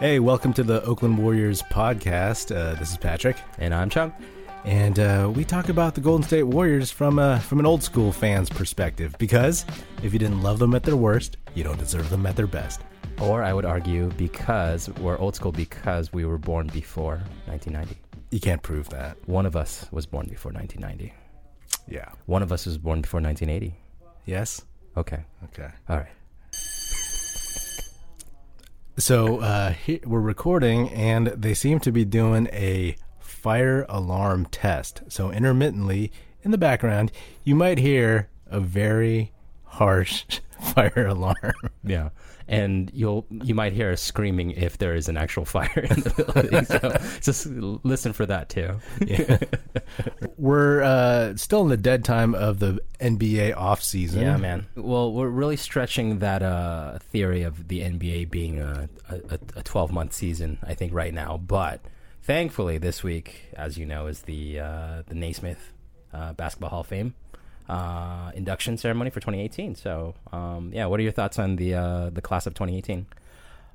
Hey, welcome to the Oakland Warriors podcast. Uh, this is Patrick, And I'm Chung. and uh, we talk about the Golden State Warriors from uh, from an old school fan's perspective. Because if you didn't love them at their worst, you don't deserve them at their best. Or I would argue because we're old school because we were born before 1990. You can't prove that. One of us was born before 1990. Yeah. One of us was born before 1980. Yes. Okay. Okay. All right. So uh, he- we're recording, and they seem to be doing a fire alarm test. So intermittently, in the background, you might hear a very harsh fire alarm. Yeah. And you'll you might hear us screaming if there is an actual fire in the building. So just listen for that too. We're uh, still in the dead time of the NBA offseason. Yeah, man. Mm. Well, we're really stretching that uh, theory of the NBA being a, a, a 12 month season, I think, right now. But thankfully, this week, as you know, is the uh, the Naismith uh, Basketball Hall of Fame uh, induction ceremony for 2018. So, um, yeah, what are your thoughts on the uh, the class of 2018?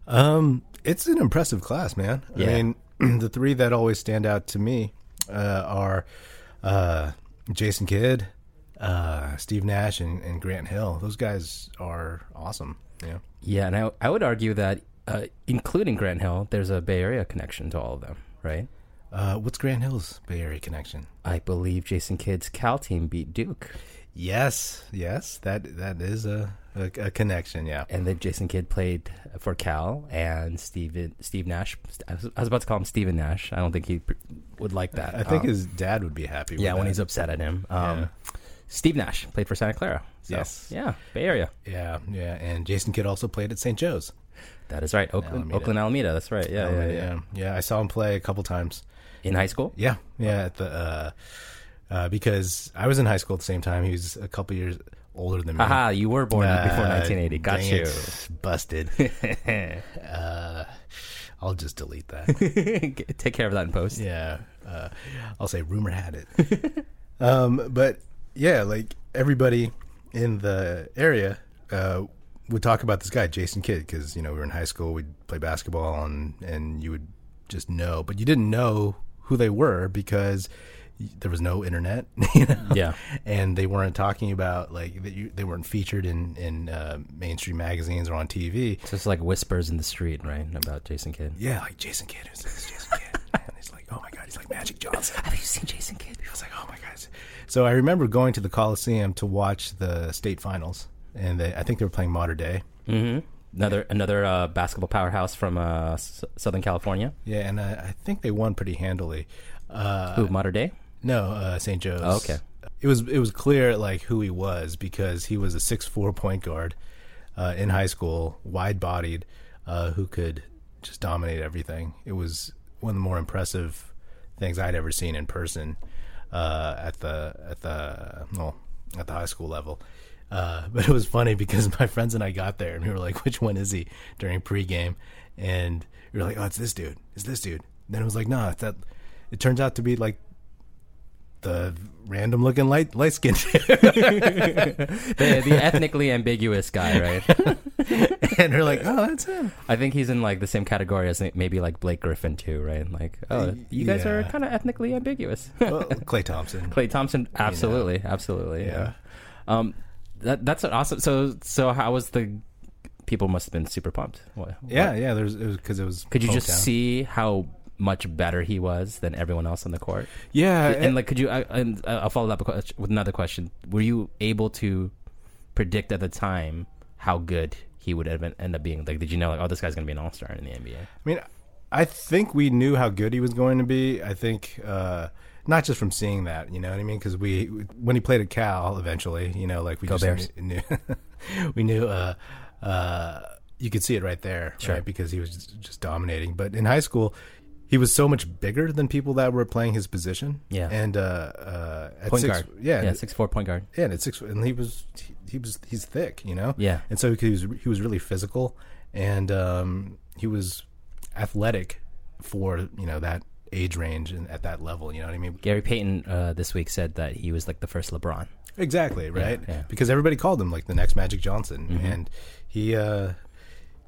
Um, it's an impressive class, man. Yeah. I mean, the three that always stand out to me uh, are uh, Jason Kidd, uh, Steve Nash, and, and Grant Hill. Those guys are awesome. Yeah. Yeah, and I, I would argue that uh, including Grant Hill, there's a Bay Area connection to all of them, right? Uh, what's Grant Hill's Bay Area connection? I believe Jason Kidd's Cal team beat Duke. Yes, yes, that that is a, a, a connection. Yeah. and then Jason Kidd played for Cal, and Steven Steve Nash. I was, I was about to call him Steven Nash. I don't think he pr- would like that. I think Um, his dad would be happy. yeah, with when that. he's upset at him. Um, Yeah. Steve Nash played for Santa Clara. So, Yes. Yeah, Bay Area. yeah, yeah, and Jason Kidd also played at St. Joe's. That is right. Oakland, Alameda. Oakland Alameda. That's right. Yeah, yeah, yeah, yeah, yeah, yeah. I saw him play a couple times. In high school. Yeah, yeah. At the uh, uh, because I was in high school at the same time. He was a couple years older than me. Haha, you were born before Uh, 1980. Got dang you. it, busted. uh, I'll just delete that. Take care of that in post. yeah, uh, I'll say rumor had it. um, but yeah, like everybody in the area. Uh, would talk about this guy Jason Kidd because you know we were in high school. We'd play basketball and and you would just know, but you didn't know who they were because y- there was no internet. You know? Yeah. and they weren't talking about like that you, they weren't featured in in uh, mainstream magazines or on TV. It's just like whispers in the street, right, about Jason Kidd. Yeah, like Jason Kidd. Who's this Jason Kidd? and he's like, oh my god, he's like Magic Johnson. Have you seen Jason Kidd? I was like, oh my god. So I remember going to the Coliseum to watch the state finals, and they, I think they were playing Modern Day. hmm Another another uh, basketball powerhouse from uh, S- Southern California. Yeah, and I, I think they won pretty handily. Uh, Who, modern day? No, uh, St. Joe's. Oh, okay. It was it was clear like who he was because he was a six four point guard uh, in high school, wide bodied, uh, who could just dominate everything. It was one of the more impressive things I'd ever seen in person uh, at the at the well at the high school level. Uh, but it was funny because my friends and I got there and we were like, "Which one is he?" during pregame, and we were like, "Oh, it's this dude. It's this dude." then it was like, "No, it's that." It turns out to be like the random looking light light skin the, the ethnically ambiguous guy, right? and they're like oh that's him I think he's in like the same category as maybe like Blake Griffin too, right? Like, oh, you guys are Uh, Yeah. kind of ethnically ambiguous. well, clay thompson Clay Thompson, absolutely, absolutely, Yeah. Um, that that's an awesome. So so how was the people must have been super pumped. What, yeah yeah there's it was because it was Could you just hometown. see how much better he was than everyone else on the court? yeah and, like, could you? I, and uh, I'll follow that up a ques- with another question. Were you able to predict at the time how good he would have end up being? Like, did you know, like, oh, this guy's gonna be an all star in the NBA? I mean, I think we knew how good he was going to be. I think uh, not just from seeing that, you know what I mean? Because we, when he played at Cal, eventually, you know, like we just Bears. knew, knew- we knew. Uh, uh, you could see it right there, right? Because he was just, just dominating. But in high school, he was so much bigger than people that were playing his position. Yeah. and uh, uh, at Point six, guard, Yeah, yeah, six four point guard. yeah, and at six, and he was he, he was he's thick, you know. Yeah. and so he was he was really physical, and um, he was athletic for you know that age range and at that level. You know what I mean? Gary Payton uh, this week said that he was like the first LeBron. Exactly right. yeah. Mm-hmm. Because everybody called him like the next Magic Johnson, and he uh,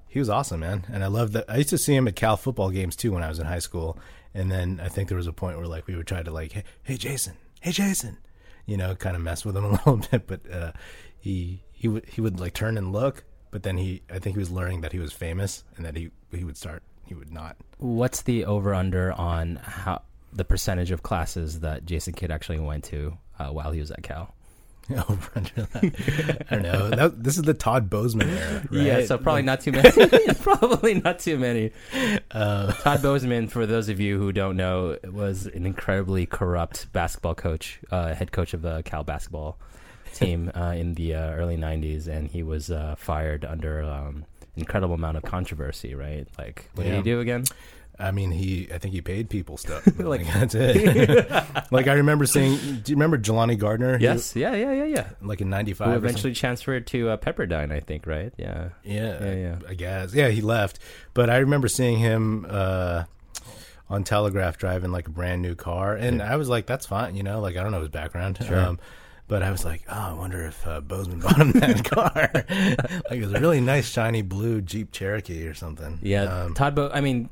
he was awesome, man. And I love that. I used to see him at Cal football games too when I was in high school. And then I think there was a point where like we would try to like, hey, hey Jason, hey Jason, you know, kind of mess with him a little bit. But uh, he he would he would like turn and look, but then he I think he was learning that he was famous and that he he would start he would not. What's the over under on how the percentage of classes that Jason Kidd actually went to uh, while he was at Cal? over under that. I don't know. That, this is the Todd Bozeman era. Right? Yeah, so probably not too many. probably not too many. Uh, Todd Bozeman, for those of you who don't know, was an incredibly corrupt basketball coach, uh, head coach of the Cal basketball team uh, in the uh, early '90s, and he was uh, fired under um, incredible amount of controversy. Right? Like, what did Yeah. he do again? I mean, he. I think he paid people stuff. like that's it. like I remember seeing. Do you remember Jelani Gardner? He- Yes. Yeah. Yeah. Yeah. Yeah. like in '95. Who eventually transferred to uh, Pepperdine, I think. Right? Yeah. Yeah, Yeah, yeah. I guess. Yeah, he left. But I remember seeing him uh, on Telegraph driving like a brand new car, and I was like, "That's fine," you know. Like I don't know his background. Um, but I was like, oh, I wonder if uh, Bozeman bought him that car. like it was a really nice, shiny blue Jeep Cherokee or something. Yeah, Um, Todd. Bo- I mean,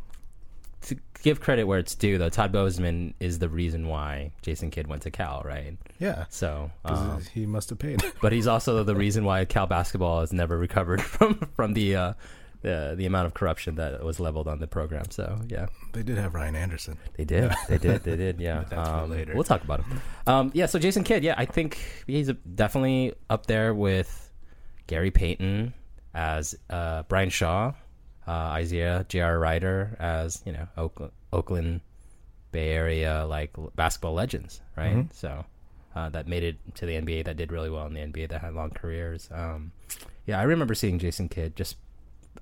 to give credit where it's due, though, Todd Bozeman is the reason why Jason Kidd went to Cal, right? yeah. So, um, 'Cause he must have paid. but he's also the reason why Cal basketball has never recovered from from the uh, the the amount of corruption that was leveled on the program. So, yeah. they did have Ryan Anderson. They did. They did. They did. Yeah. that's for Um, later. We'll talk about him. Um, yeah. So Jason Kidd. Yeah, I think he's a, definitely up there with Gary Payton as uh, Brian Shaw, uh, Isaiah J.R. Ryder as you know Oakland, Oakland Bay Area like l- basketball legends, right? Mm-hmm. So uh, that made it to the NBA. That did really well in the NBA. That had long careers. Um, yeah, I remember seeing Jason Kidd. Just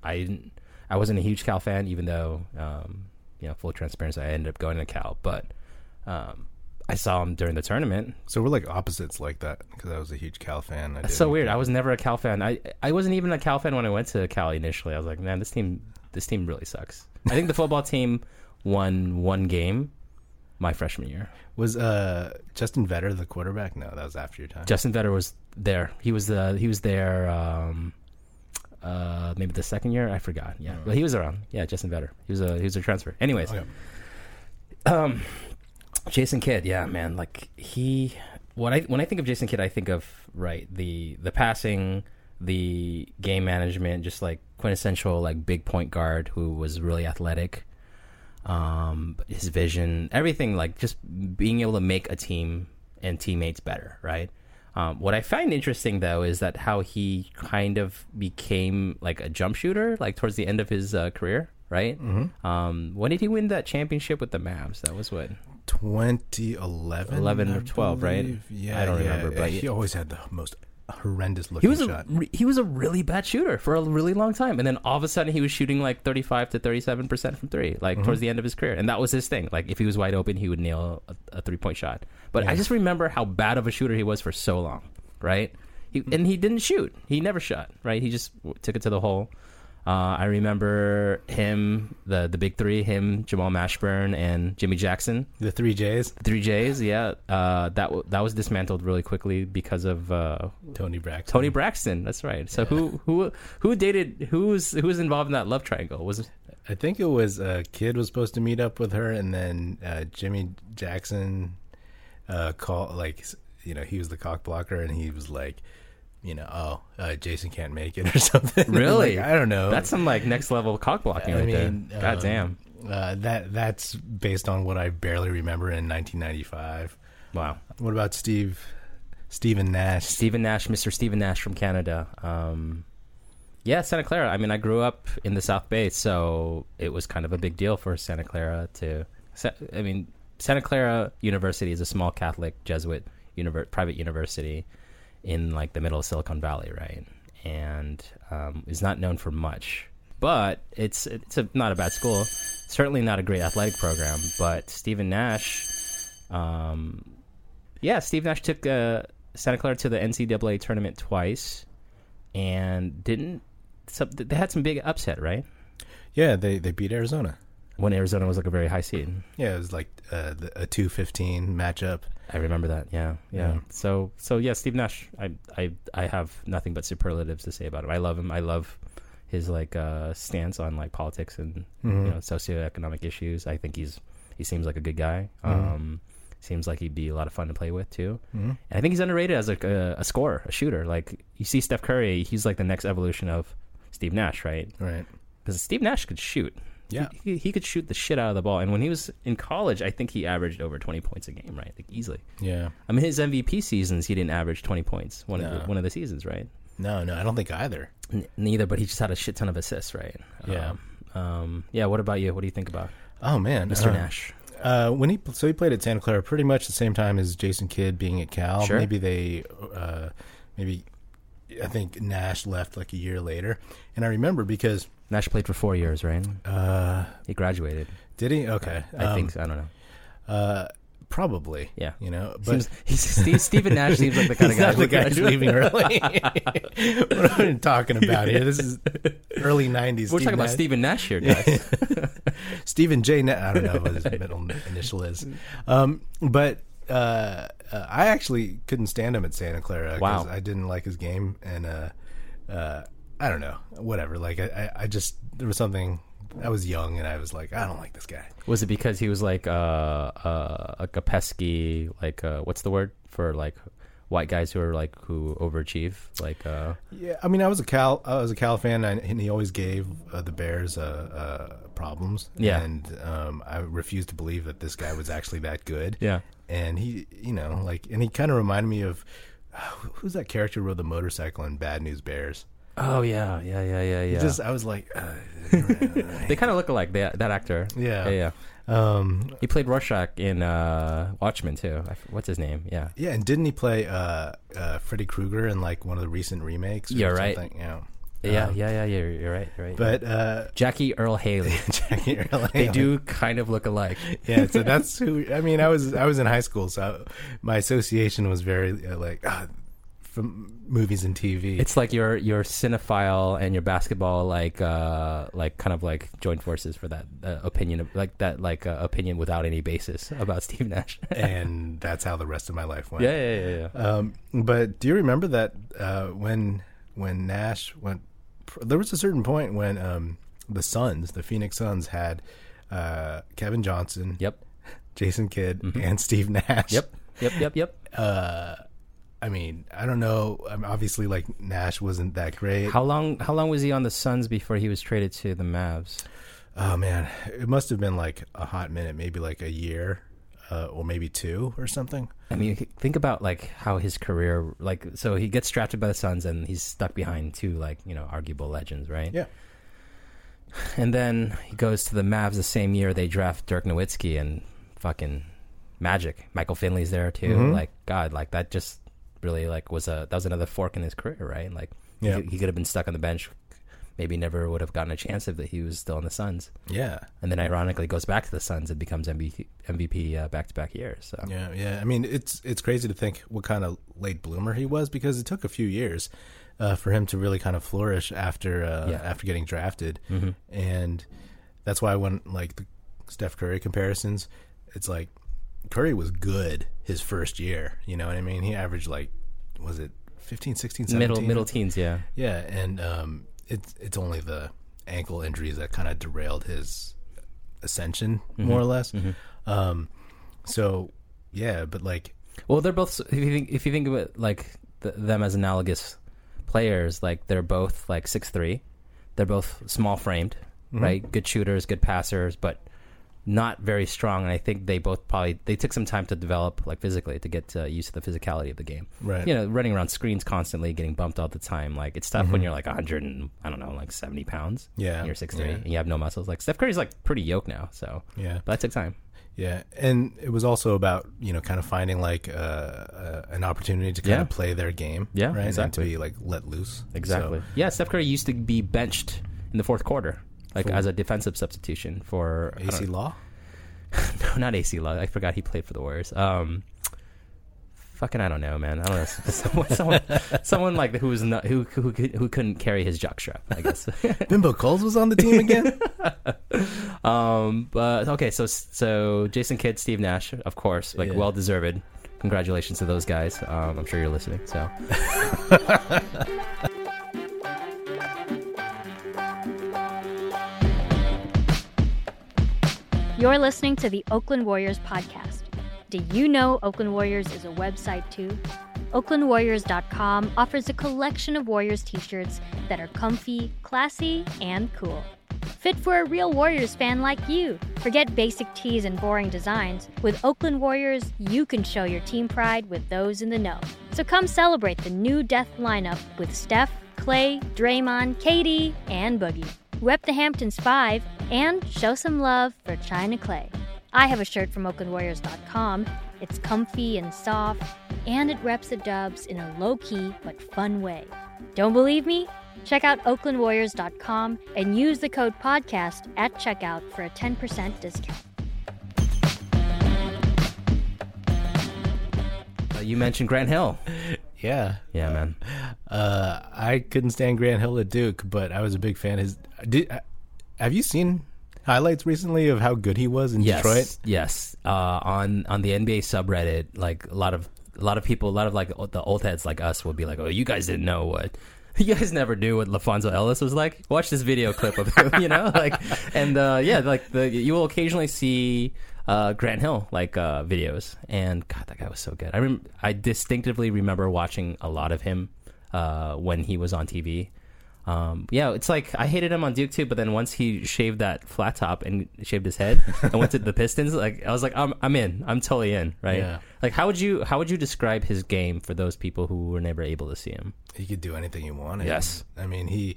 I didn't. I wasn't a huge Cal fan, even though um, you know full transparency, I ended up going to Cal. But um, I saw him during the tournament. So we're like opposites like that because I was a huge Cal fan. I It's did. so weird. I was never a Cal fan. I I wasn't even a Cal fan when I went to Cal initially. I was like, man, this team this team really sucks. I think the football team won one game my freshman year. was uh, Justin Vetter the quarterback? No, that was after your time. Justin Vetter was there. He was the he was there. Um, uh, maybe the second year. I forgot. Yeah, but he was around. Yeah, Justin Vetter. He was a he was a transfer. Anyways, Okay. um, Jason Kidd. Yeah, man. Like he. What I when I think of Jason Kidd, I think of right the the passing, the game management, just like quintessential like big point guard who was really athletic. Um, his vision, everything like just being able to make a team and teammates better, right? Um, what I find interesting though is that how he kind of became like a jump shooter, like towards the end of his uh, career, right? Um, when did he win that championship with the Mavs? That was what 2011 11 or I 12, right? believe. yeah I don't yeah, remember, yeah. but- he always had the most horrendous he looking was a shot re- he was a really bad shooter for a really long time, and then all of a sudden he was shooting like thirty five to thirty seven percent from three, like towards the end of his career, and that was his thing. Like if he was wide open, he would nail a, a three point shot. But I just remember how bad of a shooter he was for so long, right? He, and he didn't shoot. He never shot. Right? He just w- took it to the hole. Uh, I remember him, the the big three, him, Jamal Mashburn, and Jimmy Jackson. the three j's Three J's, yeah. Uh, that w- that was dismantled really quickly because of uh, tony braxton Tony Braxton. That's right. So who who who dated who was who was involved in that love triangle? Was it- i think it was a kid was supposed to meet up with her and then uh, jimmy jackson uh, call like s- you know he was the cock blocker and he was like you know oh uh, jason can't make it or something I'm Really? like, i don't know that's some like next level cock blocking Oh. I right mean, um, there. God damn! uh, that that's based on what i barely remember in 1995 Wow. what about steve Stephen Nash. Stephen Nash, Mr. Stephen Nash from Canada. Um, yeah, Santa Clara. I mean, I grew up in the South Bay, so it was kind of a big deal for Santa Clara to. Sa- I mean, Santa Clara University is a small Catholic Jesuit univer- private university in like the middle of Silicon Valley, right? And um, is not known for much, but it's it's a, not a bad school. Certainly not a great athletic program, but Stephen Nash. Um, yeah, Steve Nash took uh, Santa Clara to the NCAA tournament twice, and didn't. So they had some big upset, right? Yeah, they, they beat Arizona. When Arizona was like a very high seed. Yeah, it was like uh, the, a two fifteen matchup. I remember that. Yeah, yeah. Yeah. So, so yeah, Steve Nash. I, I, I have nothing but superlatives to say about him. I love him. I love his like uh, stance on like politics and Mhm. you know socioeconomic issues. I think he's he seems like a good guy. Mm-hmm. Um, seems like he'd be a lot of fun to play with too. Mhm. And I think he's underrated as like a, a scorer, a shooter. Like you see Steph Curry, he's like the next evolution of Steve Nash, right? Right. Because Steve Nash could shoot. Yeah. He, he could shoot the shit out of the ball. And when he was in college, I think he averaged over 20 points a game, right? Like easily. Yeah. I mean, his MVP seasons, he didn't average 20 points one of No. the, one of the seasons, right? No, no, I don't think either. N- neither, but he just had a shit ton of assists, right? Yeah. Um, um, yeah. What about you? What do you think about Oh man, Mr. Uh, Nash? Uh, when he so he played at Santa Clara pretty much the same time as Jason Kidd being at Cal. Sure. Maybe they, uh, maybe I think Nash left like a year later, and I remember because Nash played for four years, right? uh, He graduated. did he? Okay, I um, think. So. I don't know. uh, probably. Yeah. you know, but Seems, he's, Steve, Stephen Nash seems like the kind of He's guy. not the who would guy who's graduate. leaving early. what am I talking about here? This is early '90s. We're talking about Nash. Stephen Nash here, guys. Stephen J. Na- I don't know what his middle initial is, um, but uh, uh, I actually couldn't stand him at Santa Clara. 'cause Wow. I didn't like his game, and uh, uh, I don't know, whatever. Like I, I, I just there was something. I was young, and I was like, I don't like this guy. was it because he was like uh, uh, like a pesky, like uh, what's the word for like white guys who are like who overachieve, like uh, Yeah, I mean, I was a Cal, I was a Cal fan, and, and he always gave uh, the Bears uh, uh, problems. Yeah. and um, I refused to believe that this guy was actually that good. yeah. and he you know like and he kind of reminded me of who's that character who rode the motorcycle in bad news bears Oh yeah, yeah, yeah, yeah, yeah. just i was like uh, they kind of look alike. That that actor. Yeah. yeah, yeah. um He played Rorschach in uh, Watchmen too. I f what's his name? Yeah. yeah and didn't he play uh uh freddy krueger in like one of the recent remakes or Yeah, right. something? yeah Yeah, Um, yeah, yeah, yeah. You're, you're right. You're right. but uh Jackie Earl Haley. Jackie Earle they Haley. do kind of look alike. yeah so that's who i mean i was i was in high school so my association was very uh, like ah, from movies and tv It's like your your cinephile and your basketball like uh like kind of like joined forces for that uh, opinion of, like that like uh, opinion without any basis about Steve Nash. and that's how the rest of my life went yeah, yeah, yeah. Um, but do you remember that uh, when when Nash went? There was a certain point when um, the Suns, the Phoenix Suns, had uh, Kevin Johnson, Yep. Jason Kidd, and Steve Nash. Mm-hmm. Yep. Yep. Yep. Yep. I mean, I don't know. Um, obviously, like Nash wasn't that great. How long how long was he on the Suns before he was traded to the Mavs? oh man, it must have been like a hot minute, maybe like a year uh, or maybe two or something. I mean, think about like how his career like so he gets drafted by the Suns and he's stuck behind two like, you know, arguable legends, right? Yeah. And then he goes to the Mavs the same year they draft Dirk Nowitzki and fucking Magic. Michael Finley's there too. Mm-hmm. Like God, like that just really like was a that was another fork in his career, right? Like he Yeah. could- he, could have been stuck on the bench, maybe never would have gotten a chance if he was still in the Suns. Yeah. And then ironically goes back to the Suns and becomes MVP MVP uh, back-to-back years. So Yeah, yeah. I mean, it's it's crazy to think what kind of late bloomer he was because it took a few years uh, for him to really kind of flourish after uh, Yeah. Mm-hmm. after getting drafted, and that's why when like the Steph Curry comparisons, it's like Curry was good his first year. You know what I mean? He averaged like was it 15, 16, 17? middle middle teens, yeah. Yeah, and um, it's it's only the ankle injuries that kind of derailed his ascension, Mm-hmm. more or less. Um, so yeah, but like Well, they're both. If you think, if you think of it like th- them as analogous players, like they're both like six three. They're both small framed, Mm-hmm. right? Good shooters, good passers, but not very strong. And I think they both probably they took some time to develop, like physically, to get uh, used to the physicality of the game. Right. You know, running around screens constantly, getting bumped all the time. Like it's tough when you're like 100 and I don't know, like 70 pounds. Mm-hmm. Yeah. and you're six three Yeah. and you have no muscles. Like Steph Curry's like pretty yoked now, so Yeah. but that took time. yeah, and it was also about you know kind of finding like uh, uh, an opportunity to kind Yeah. of play their game, Yeah, right, exactly. and to be like let loose, Exactly. So, yeah, Steph Curry used to be benched in the fourth quarter, like as a defensive substitution for I AC don't- Law, No, not AC Love. I forgot he played for the Warriors. Um, fucking, I don't know, man. I don't know. Someone, someone, someone like who was not, who who could- who couldn't carry his jock strap. I guess. Bimbo Coles was on the team again. um, but okay, so so Jason Kidd, Steve Nash, of course, like Yeah. well deserved. Congratulations to those guys. Um, I'm sure you're listening. So. You're listening to the Oakland Warriors podcast. Do you know Oakland Warriors is a website too? OaklandWarriors.com offers a collection of Warriors t shirts that are comfy, classy, and cool. Fit for a real Warriors fan like you. Forget basic tees and boring designs. With Oakland Warriors, you can show your team pride with those in the know. So come celebrate the new death lineup with Steph, Clay, Draymond, Katie, and Boogie. Rep the Hamptons 5 and show some love for China Clay. I have a shirt from OaklandWarriors.com. It's comfy and soft, and it reps the dubs in a low key but fun way. Don't believe me? Check out OaklandWarriors.com and use the code PODCAST at checkout for a 10% discount. Uh, you mentioned Grant Hill. Yeah. Yeah, man. Uh, I couldn't stand Grant Hill at Duke, but I was a big fan. His did, have you seen highlights recently of how good he was in Yes, Detroit? yes. Uh, on on the NBA subreddit, like a lot of a lot of people, a lot of like o- the old heads like us will be like, "Oh, you guys didn't know what." You guys never knew what Lafonso Ellis was like. Watch this video clip of him, you know, like, and uh, yeah, like the you will occasionally see uh, Grant Hill like uh, videos, and God, that guy was so good. I rem- I distinctively remember watching a lot of him uh, when he was on TV. Um, yeah, it's like I hated him on Duke too, but then once he shaved that flat top and shaved his head and went to the Pistons, like I was like, I'm I'm in, I'm totally in, right? Yeah. Like, how would you how would you describe his game for those people who were never able to see him? He could do anything he wanted. Yes. I mean he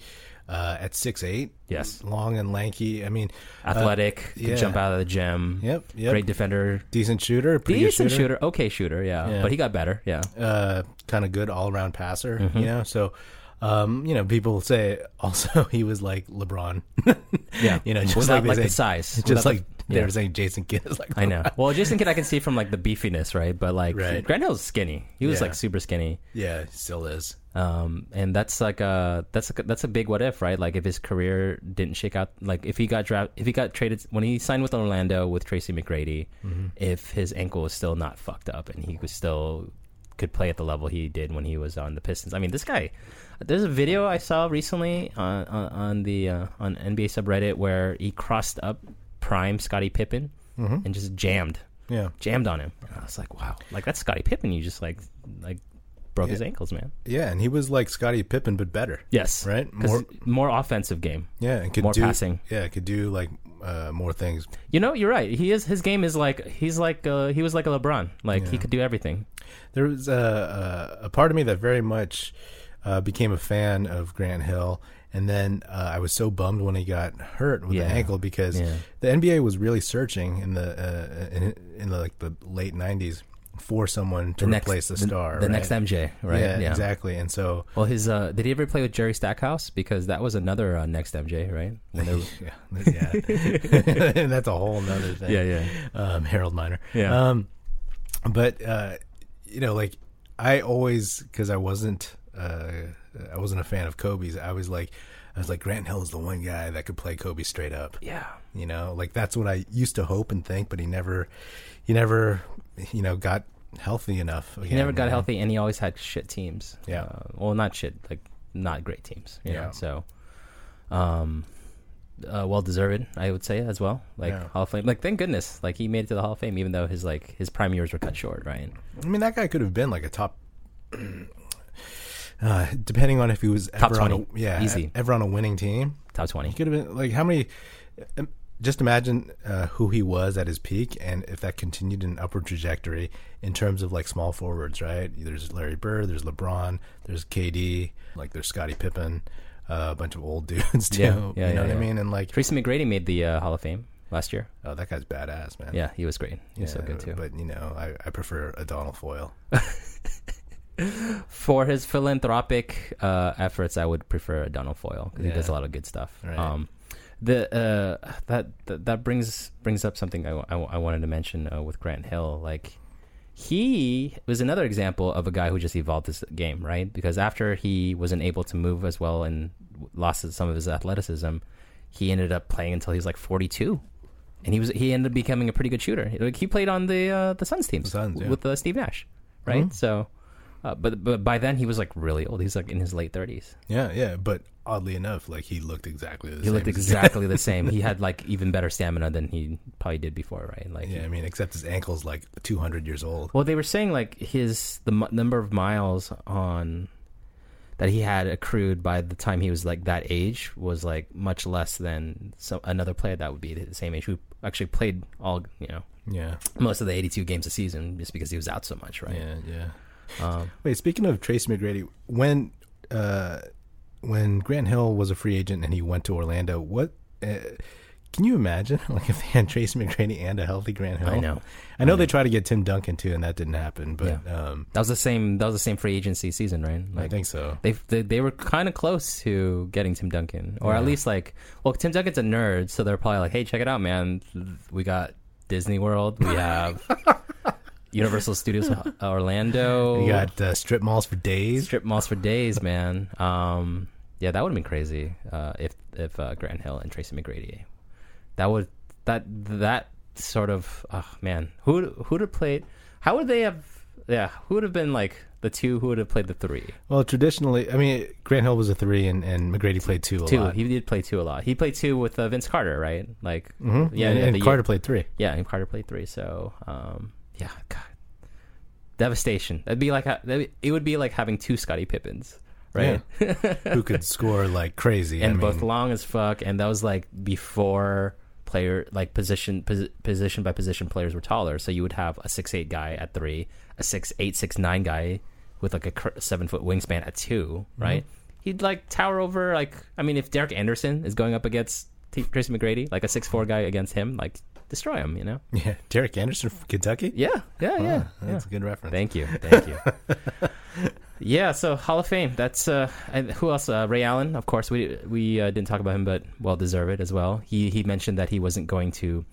uh, at six eight. Yes. long and lanky. I mean, Athletic, could Uh, yeah. jump out of the gym. Yep, yep. Great defender, decent shooter, pretty decent good shooter. shooter. okay shooter, yeah. Yeah. But he got better, yeah. uh, kind of good all around passer, Mm-hmm. you know. So, um, you know, people say also he was like LeBron. Yeah. you know, just like, Without, they like, say, the size. just Without the- like they yeah. were saying Jason Kidd is like. I know. LeBron. Well, Jason Kidd, I can see from like the beefiness, right? But like Right. Grant Hill's skinny. He was Yeah. like super skinny. Yeah, he still is. Um, and that's like a that's a, that's a big what if, right? Like if his career didn't shake out, like if he got draft, if he got traded when he signed with Orlando with Tracy McGrady, if his ankle was still not fucked up and he was still could play at the level he did when he was on the Pistons. I mean, this guy. There's a video I saw recently on on, on the uh, on NBA subreddit where he crossed up prime Scottie Pippen and just jammed Yeah, jammed on him. And I was like, wow, like that's Scottie Pippen. You just like like broke his ankles, man. yeah, and he was like Scottie Pippen, but better. Yes. Right? More, More- more offensive game. Yeah, and could More do passing. Yeah, could do like uh, more things. You know, you're right. He is his game is like he's like uh, he was like a LeBron. Like he could do everything. There was uh, a, a, a part of me that very much uh, became a fan of Grant Hill. And then uh, I was so bummed when he got hurt with Yeah. the ankle because Yeah. the NBA was really searching in the uh, in, in the, like the late '90s for someone to replace the star. The, right? next MJ, right? yeah, exactly. And so, Well, his uh, did he ever play with Jerry Stackhouse? Because that was another uh, next MJ, right? When they were- yeah, yeah. that's a whole nother thing. yeah, yeah, um, Harold Miner. Yeah. Um, but uh, you know, like I always because I wasn't uh, I wasn't a fan of Kobe's. I was like, I was like Grant Hill is the one guy that could play Kobe straight up. yeah. You know, like that's what I used to hope and think, but he never, he never, you know, got healthy enough. He never got healthy, and he always had shit teams. Yeah. Uh, well, not shit, like not great teams. You Yeah. Know? So, um, uh, well deserved, I would say as well. Like Yeah. Hall of Fame. Like thank goodness, like he made it to the Hall of Fame, even though his like his prime years were cut short. Right. I mean, that guy could have been like a top. Uh, depending on if he was Top ever on a 20. yeah e-, Easy. ever on a winning team, Top twenty. He could have been like how many? um, Just imagine uh, who he was at his peak, and if that continued an upward trajectory in terms of like small forwards, right? There's Larry Bird, there's LeBron, there's KD, like there's Scottie Pippen, uh, a bunch of old dudes too. Yeah, yeah, you know yeah, what I yeah. mean? And like, Tracy McGrady made the uh, Hall of Fame last year. oh, that guy's badass, man. Yeah, he was great. He was so Yeah, good too. But you know, I, I prefer a Donald Foyle. For his philanthropic uh, efforts, I would prefer Donald Foyle because he Yeah. does a lot of good stuff. Right. Um, the uh, that, that that brings brings up something I, wa- I wa- I wanted to mention uh, with Grant Hill. Like he was another example of a guy who just evolved this game, right? Because after he wasn't able to move as well and w- lost some of his athleticism, he ended up playing until he was like 42. And he was he ended up becoming a pretty good shooter. Like he played on the uh, the Suns teams Suns, yeah. with uh, Steve Nash, right? So Uh, but but by then he was like really old. He's like in his late thirties. Yeah, yeah. But oddly enough, like he looked exactly the He same. looked as- exactly the same. He had like even better stamina than he probably did before, right? Like yeah, I mean, except his ankle's like 200 years old. Well, they were saying like his the m- number of miles on that he had accrued by the time he was like that age was like much less than some another player that would be the same age who actually played all you know Yeah, most of the 82 games a season just because he was out so much, right? yeah, yeah. Um, Wait, speaking of Tracy McGrady, when uh, when Grant Hill was a free agent and he went to Orlando, what uh, can you imagine? Like if they had Tracy McGrady and a healthy Grant Hill, I know. I know they tried to get Tim Duncan too, and that didn't happen. But um, That was the same that was the same free agency season, right? I think so. They, they they were kind of close to getting Tim Duncan, or at least like, well, Tim Duncan's a nerd, so they're probably like, hey, check it out, man. We got Disney World, we have Universal Studios Orlando, You got uh, strip malls for days. strip malls for days, man. Um, yeah, that would have been crazy uh, if if uh, Grant Hill and Tracy McGrady, that would that that sort of oh, man, who who'd have played? How would they have? Yeah, who would have been like the two? Who would have played the three? Well, traditionally, I mean, Grant Hill was a three, and, and McGrady played two a two. lot. He did play two a lot. He played two with uh, Vince Carter, right? Like, yeah, Mm-hmm. and, yeah, and the- Carter played three. yeah, and Carter played three. So, um, yeah, God, devastation. That'd be like ha- that'd be, it would be like having two Scottie Pippins, right? who could score like crazy. and I mean, both long as fuck. And that was like before player like position posi- position by position players were taller. So you would have a six eight guy at three, a six eight six nine guy with like a cr- seven foot wingspan at two, right? He'd like tower over like I mean, if Derek Anderson is going up against T- Chris McGrady, like a six four guy against him, like destroy him, you know? yeah, Derek Anderson from Kentucky. Yeah, yeah, yeah. Ah, that's a good reference. Thank you, thank you. yeah, so Hall of Fame. That's uh, and who else? Uh, Ray Allen, of course. We we uh, didn't talk about him, but well deserved as well. He he mentioned that he wasn't going to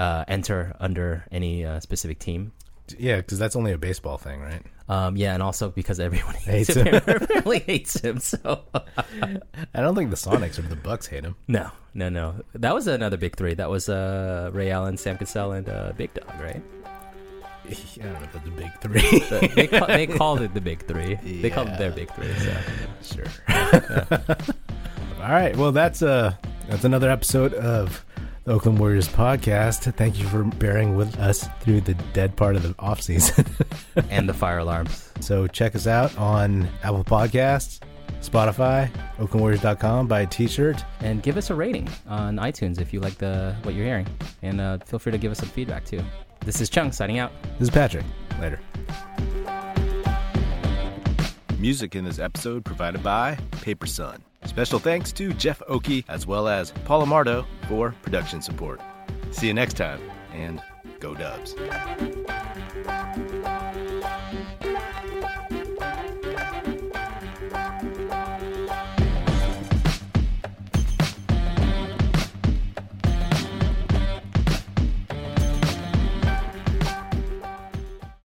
uh, enter under any uh, specific team. Yeah, because that's only a baseball thing, right? Um, yeah, and also because everyone hates, Hates him, him. apparently hates him. So I don't think the Sonics or the Bucks hate him. no, no, no. That was another big three. That was uh, Ray Allen, Sam Cassell, and uh, Big Dog, right? I don't know about the big three. They, ca- they called it the big three. They called it their Yeah. big three. So. sure. All right. Well, that's uh that's another episode of the Oakland Warriors podcast. Thank you for bearing with us through the dead part of the off season. and the fire alarms. so check us out on Apple Podcasts, Spotify, OaklandWarriors.com. Buy a T-shirt. and give us a rating on iTunes if you like the what you're hearing, and uh, feel free to give us some feedback too. This is Chung signing out. This is Patrick. Later. Music in this episode provided by Paper Sun. Special thanks to Jeff Oakey as well as Paul Amardo for production support. See you next time, and go Dubs.